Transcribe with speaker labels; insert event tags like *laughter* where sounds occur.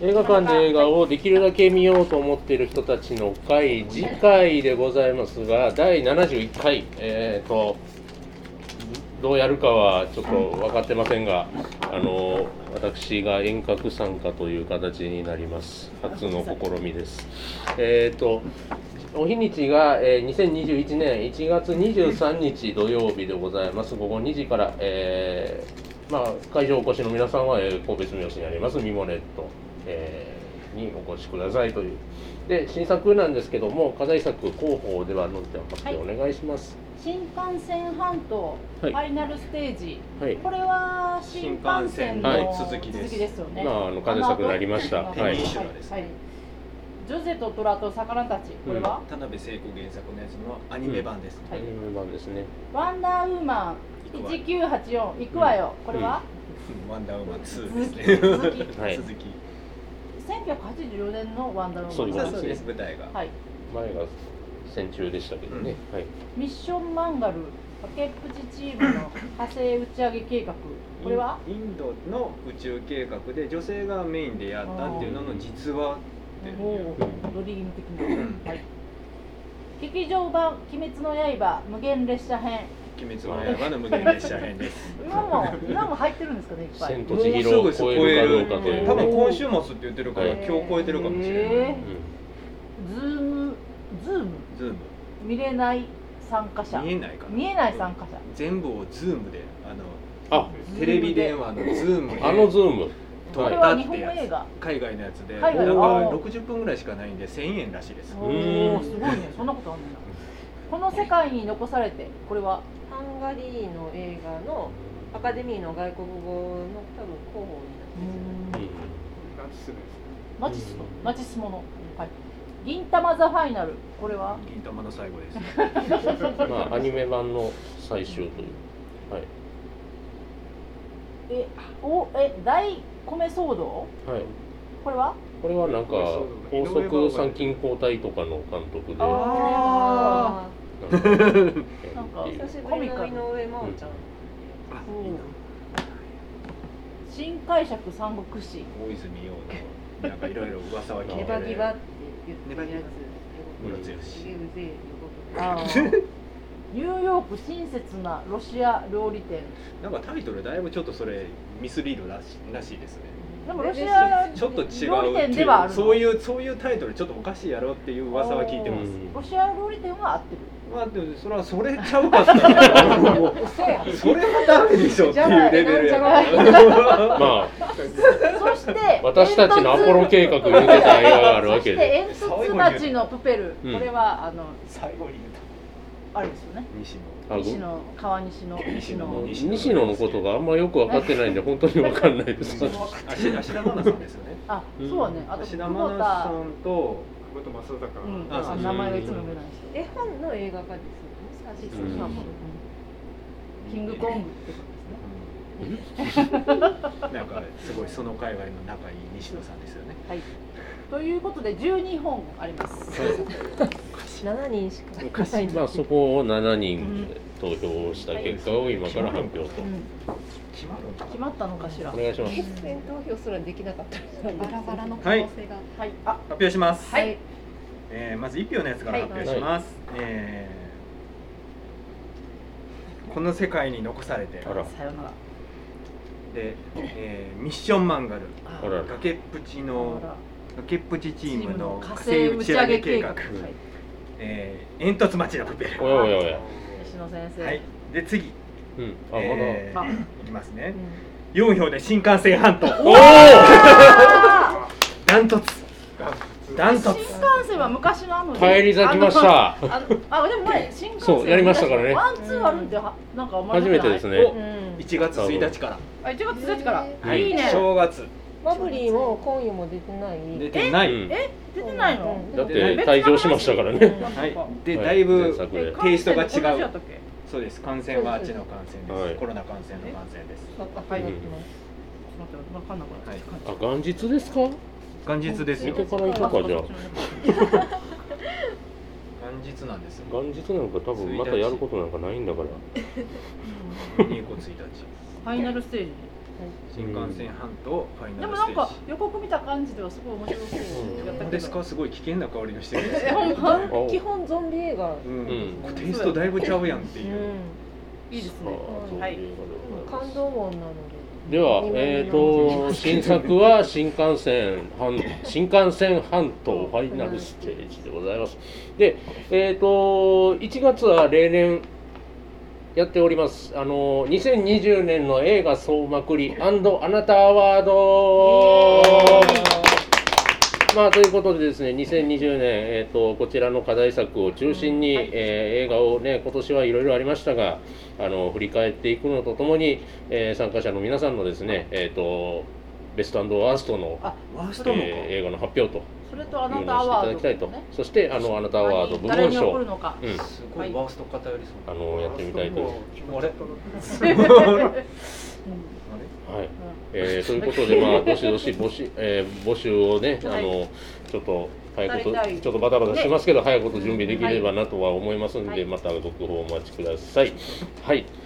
Speaker 1: 映画館で映画をできるだけ見ようと思っている人たちの会次回でございますが第71回えっ、とどうやるかはちょっと分かってませんがあの私が遠隔参加という形になります初の試みですえっ、とお日にちが、えー2021年1月23日土曜日でございます午後2時から、えーまあ、会場お越しの皆さんは、えー神戸住吉にありますミモレット、えーにお越しくださいというで新作なんですけども課題作広報では載ってますので、お願いします
Speaker 2: 新幹線半島、
Speaker 1: はい
Speaker 2: ファイナルステージ
Speaker 1: はい
Speaker 2: これは新幹線の
Speaker 1: 新幹線の
Speaker 2: 続
Speaker 3: 続
Speaker 2: き
Speaker 3: き
Speaker 2: で
Speaker 3: ですす
Speaker 2: よね、
Speaker 1: まああの課題作になりました
Speaker 2: あの
Speaker 1: はい
Speaker 3: ペニンシュラですね
Speaker 2: はいジョゼと虎と魚たちこれは、
Speaker 3: 田辺聖子原作のやつのアニメ版です、
Speaker 2: はい
Speaker 1: アニメ版ですね
Speaker 2: ワンダーウーマン
Speaker 3: 行くわ
Speaker 2: 1984行くわよ、これは、
Speaker 3: ワンダーウーマン2
Speaker 2: 続き
Speaker 3: ですね
Speaker 2: 続き
Speaker 1: はい
Speaker 3: 続き
Speaker 2: 1984年のワンダーウーマン
Speaker 1: そういうこと
Speaker 3: そうです舞台が、
Speaker 2: はい
Speaker 1: 前が戦中でしたけどね、はい
Speaker 2: ミッションマンガル崖っぷちチームの派生打ち上げ計画これは
Speaker 3: インインドの宇宙計画で女性がメインでやったっていうのの実話っていう
Speaker 2: おードリーム的な、はい、劇場版「鬼滅の刃無限列車編
Speaker 3: 鬼滅の刃の無限列車編です」
Speaker 2: *laughs* 今も今も入ってるんですかねいっぱい
Speaker 1: 千と千尋を超えるかどうかという、ね、
Speaker 3: 多分今週末って言ってるから、
Speaker 1: はい
Speaker 3: 今日超えてるかもしれない、
Speaker 2: えズームズーム
Speaker 3: ズーム
Speaker 2: 見れない参加者
Speaker 3: 見えないかな
Speaker 2: 見えない参加者
Speaker 3: 全部をズームであの
Speaker 1: あ
Speaker 3: テレビ電話のズームで
Speaker 1: あのズーム
Speaker 2: こ
Speaker 3: は
Speaker 2: れ
Speaker 3: い
Speaker 2: は日本映画
Speaker 3: 海外のやつでな
Speaker 2: 海
Speaker 3: ん
Speaker 2: 外
Speaker 3: か
Speaker 2: の
Speaker 3: 60分ぐらいしかないんで1000円らしいです
Speaker 2: お
Speaker 1: う
Speaker 2: お
Speaker 1: ん
Speaker 2: すごいねそんなことあんねんなこの世界に残されてこれは
Speaker 4: ハンガリーの映画のアカデミーの外国語の多分候補になってるんじゃない
Speaker 2: マチスのマチスモのはい銀魂ザファイナルこれは
Speaker 3: 銀玉の最後
Speaker 2: *laughs*
Speaker 3: です
Speaker 1: まあアニメ版の最終というはい
Speaker 2: えおえ大米騒動
Speaker 1: はい、
Speaker 2: これは
Speaker 1: これはなんか高速参勤交代とかの監督で
Speaker 2: ああ
Speaker 1: なんかなん
Speaker 2: なんか
Speaker 1: ていう
Speaker 4: 久しぶりの井上真央ちゃん、
Speaker 3: あ
Speaker 2: いいな新解釈三国志
Speaker 3: 大泉洋のなんかいろいろ噂は聞いて
Speaker 4: ネ
Speaker 2: *laughs*
Speaker 3: ね
Speaker 4: バギバって言ってるやつ
Speaker 3: ムロツヨシ
Speaker 4: ゲーム勢予 *laughs*
Speaker 2: あーニューヨーク親切なロシア料理店
Speaker 3: なんかタイトルだいぶちょっとそれミスリードらしらしいですね
Speaker 2: でもロシア
Speaker 3: ちょっと違うって
Speaker 2: 料理店
Speaker 3: い
Speaker 2: ではあ
Speaker 3: う
Speaker 2: るの
Speaker 3: そういうそういうタイトルちょっとおかしいやろっていう噂は聞いてます
Speaker 1: うん
Speaker 2: ロシア料理店は合ってる
Speaker 3: まあでもそれはそれちゃうか
Speaker 2: *laughs*
Speaker 3: ったらもう
Speaker 4: 告や
Speaker 3: それはダメでしょっていうレベルやから
Speaker 4: じゃ
Speaker 1: まあ
Speaker 2: *laughs* そして
Speaker 1: 私たちのアポロ計画に出た映画があるわけ
Speaker 2: そして
Speaker 1: で
Speaker 2: 煙突町のプペル
Speaker 1: うん
Speaker 2: これはあの
Speaker 3: *laughs* 最後に言うと
Speaker 2: あれですよね
Speaker 3: 西野
Speaker 1: あご
Speaker 2: 西野川西の西
Speaker 3: 西
Speaker 2: 野
Speaker 3: 野
Speaker 1: 西野のことがあんまよく分かってないんで本当に分かんないです
Speaker 3: うん芦芦田愛菜さんですよね
Speaker 2: あそうはねあと
Speaker 3: 芦
Speaker 2: 久
Speaker 3: 田愛
Speaker 2: 保
Speaker 3: 菜
Speaker 2: 田
Speaker 3: さんと
Speaker 5: 久保田正孝、
Speaker 2: うん
Speaker 3: あ
Speaker 2: あ
Speaker 3: そう
Speaker 2: 名前がいつも読めない人
Speaker 4: 絵本の映画化ですよね
Speaker 1: う
Speaker 4: しか
Speaker 1: ん
Speaker 4: も
Speaker 2: キングコングって
Speaker 3: なんかすごいその界隈の仲いい西野さんですよね。
Speaker 2: はいということで12本あります
Speaker 4: 7人しかい
Speaker 1: まあそこを7人投票した結果を今から発表と
Speaker 2: うん
Speaker 3: 決まるんか
Speaker 2: 決まったのかしら
Speaker 1: お願いします
Speaker 4: 決選投票すらできなかった
Speaker 6: バラバラの可
Speaker 3: はい
Speaker 6: 能性が、
Speaker 2: はいあ
Speaker 3: 発表します。
Speaker 2: はい
Speaker 3: えーまず一票のやつから発表します。えーこの世界に残されて
Speaker 1: あら
Speaker 2: さよなら
Speaker 3: で、えーミッションマンガル
Speaker 2: あ
Speaker 1: あらら
Speaker 3: 崖っぷちの崖っぷちチームの
Speaker 2: 火
Speaker 3: 火
Speaker 2: 星打
Speaker 3: 星打
Speaker 2: ち
Speaker 3: ち
Speaker 2: 上
Speaker 3: 上
Speaker 2: げ
Speaker 3: げ
Speaker 2: 計
Speaker 3: 計
Speaker 2: 画、
Speaker 3: 画
Speaker 2: は、い、
Speaker 3: えー煙突町のプペル。
Speaker 1: おやおやおや
Speaker 2: 西野先生、
Speaker 3: はい。で次、
Speaker 1: うんあまだ
Speaker 3: え
Speaker 2: あ
Speaker 3: ーいきますね。
Speaker 4: う
Speaker 3: 4票で新幹線半島
Speaker 1: おお
Speaker 2: あ
Speaker 3: ダントツダン
Speaker 2: ー新
Speaker 3: トツ
Speaker 2: 幹線は昔のあの
Speaker 1: 帰り咲きました
Speaker 2: あのあでも
Speaker 1: *laughs*
Speaker 2: 前新幹線
Speaker 1: そうやりましたからね
Speaker 2: ワンツーあるんではなんかあんまり
Speaker 1: 初めてですね
Speaker 3: お
Speaker 4: ん
Speaker 3: 1月1日から、
Speaker 2: あ1月1日から、
Speaker 1: はい
Speaker 2: いいね
Speaker 3: 正月
Speaker 4: バブリーも今夜も出てない
Speaker 3: 出てない、
Speaker 1: うん
Speaker 2: え出てないの、
Speaker 4: うん
Speaker 1: だって退場しましたからね
Speaker 3: はい
Speaker 2: は、
Speaker 3: で、
Speaker 1: はい
Speaker 3: だいぶ
Speaker 1: 前作で
Speaker 3: テイストが違う
Speaker 2: け
Speaker 3: そうです感染はあっちの感染です、
Speaker 1: はい
Speaker 3: コロナ感染の感染です
Speaker 2: は
Speaker 4: はいい
Speaker 2: ちょっと待って分かんなくなっちゃった
Speaker 1: あ元日ですか
Speaker 3: 元日です
Speaker 1: 見
Speaker 3: よ
Speaker 1: て
Speaker 3: 元
Speaker 1: から行こうかじゃあ
Speaker 3: 日なんですよ
Speaker 1: 元日なんか多分またやることなんかないんだから
Speaker 3: 2個1日
Speaker 2: ファイナルステージ
Speaker 3: 新幹線半島ファイ
Speaker 2: で
Speaker 3: ナル
Speaker 2: も
Speaker 3: ス
Speaker 2: な
Speaker 3: テ
Speaker 2: ん
Speaker 3: ー
Speaker 2: か
Speaker 3: ジ
Speaker 2: 予告見た感じではすごい面白そうやったけ
Speaker 3: 本
Speaker 2: ど
Speaker 3: 当ですかすごい危険な香りがしてるんです
Speaker 2: え
Speaker 3: よ
Speaker 2: ほんま
Speaker 1: お
Speaker 4: 基本ゾンビ映画、
Speaker 3: うん
Speaker 1: う
Speaker 3: テイストだいぶちゃうやんって
Speaker 4: う
Speaker 3: いう、
Speaker 2: いいです
Speaker 1: さあ
Speaker 2: ね
Speaker 1: と
Speaker 2: はいう
Speaker 1: ことでござい
Speaker 4: ん、
Speaker 1: ます
Speaker 4: 感動音なので
Speaker 1: では、
Speaker 4: 二万
Speaker 1: えー、
Speaker 4: 四千
Speaker 1: と新作は新幹線半新幹線半島ファイナルステージでございます。で、えー、と1月は例年やっておりますあの2020年の映画総まくりあなたアワードまあ、ということでですね、2020年、えー、とこちらの課題作を中心に、
Speaker 2: うんはい
Speaker 1: えー映画をね、今年はいろいろありましたが、あの振り返っていくのとともに、えー参加者の皆さんのですね、えー、とベストワーストの、
Speaker 2: あ
Speaker 3: ワー
Speaker 1: え
Speaker 3: ス
Speaker 1: ー
Speaker 3: トもか、
Speaker 1: 映画の発表と
Speaker 2: それとあ
Speaker 1: い
Speaker 2: な
Speaker 1: う
Speaker 2: た
Speaker 1: の
Speaker 2: ア
Speaker 1: をしていた
Speaker 2: ワー
Speaker 1: だきたい
Speaker 2: ド
Speaker 1: と、
Speaker 2: もね
Speaker 1: そしてあのあなたアワード部
Speaker 2: 誰
Speaker 1: 門
Speaker 2: に
Speaker 1: 賞、
Speaker 2: 送
Speaker 1: う
Speaker 2: る
Speaker 1: ん、
Speaker 2: の
Speaker 1: *laughs*
Speaker 2: か
Speaker 3: すごいワースト偏りそう
Speaker 1: あのやってみたいと思い
Speaker 3: あれ
Speaker 2: うん
Speaker 3: あれ
Speaker 1: ます。はいえー、ということで、まあ、どし
Speaker 2: *laughs*
Speaker 1: どし募集、えー募集をね、あ
Speaker 2: はい
Speaker 1: の、ちょっと、早いこ
Speaker 2: や
Speaker 1: と、
Speaker 2: りたい
Speaker 1: ちょっとバタバタしてますけど、早いこと準備できればなとは思いますんで、
Speaker 2: はい
Speaker 1: またご報お待ちください。はい、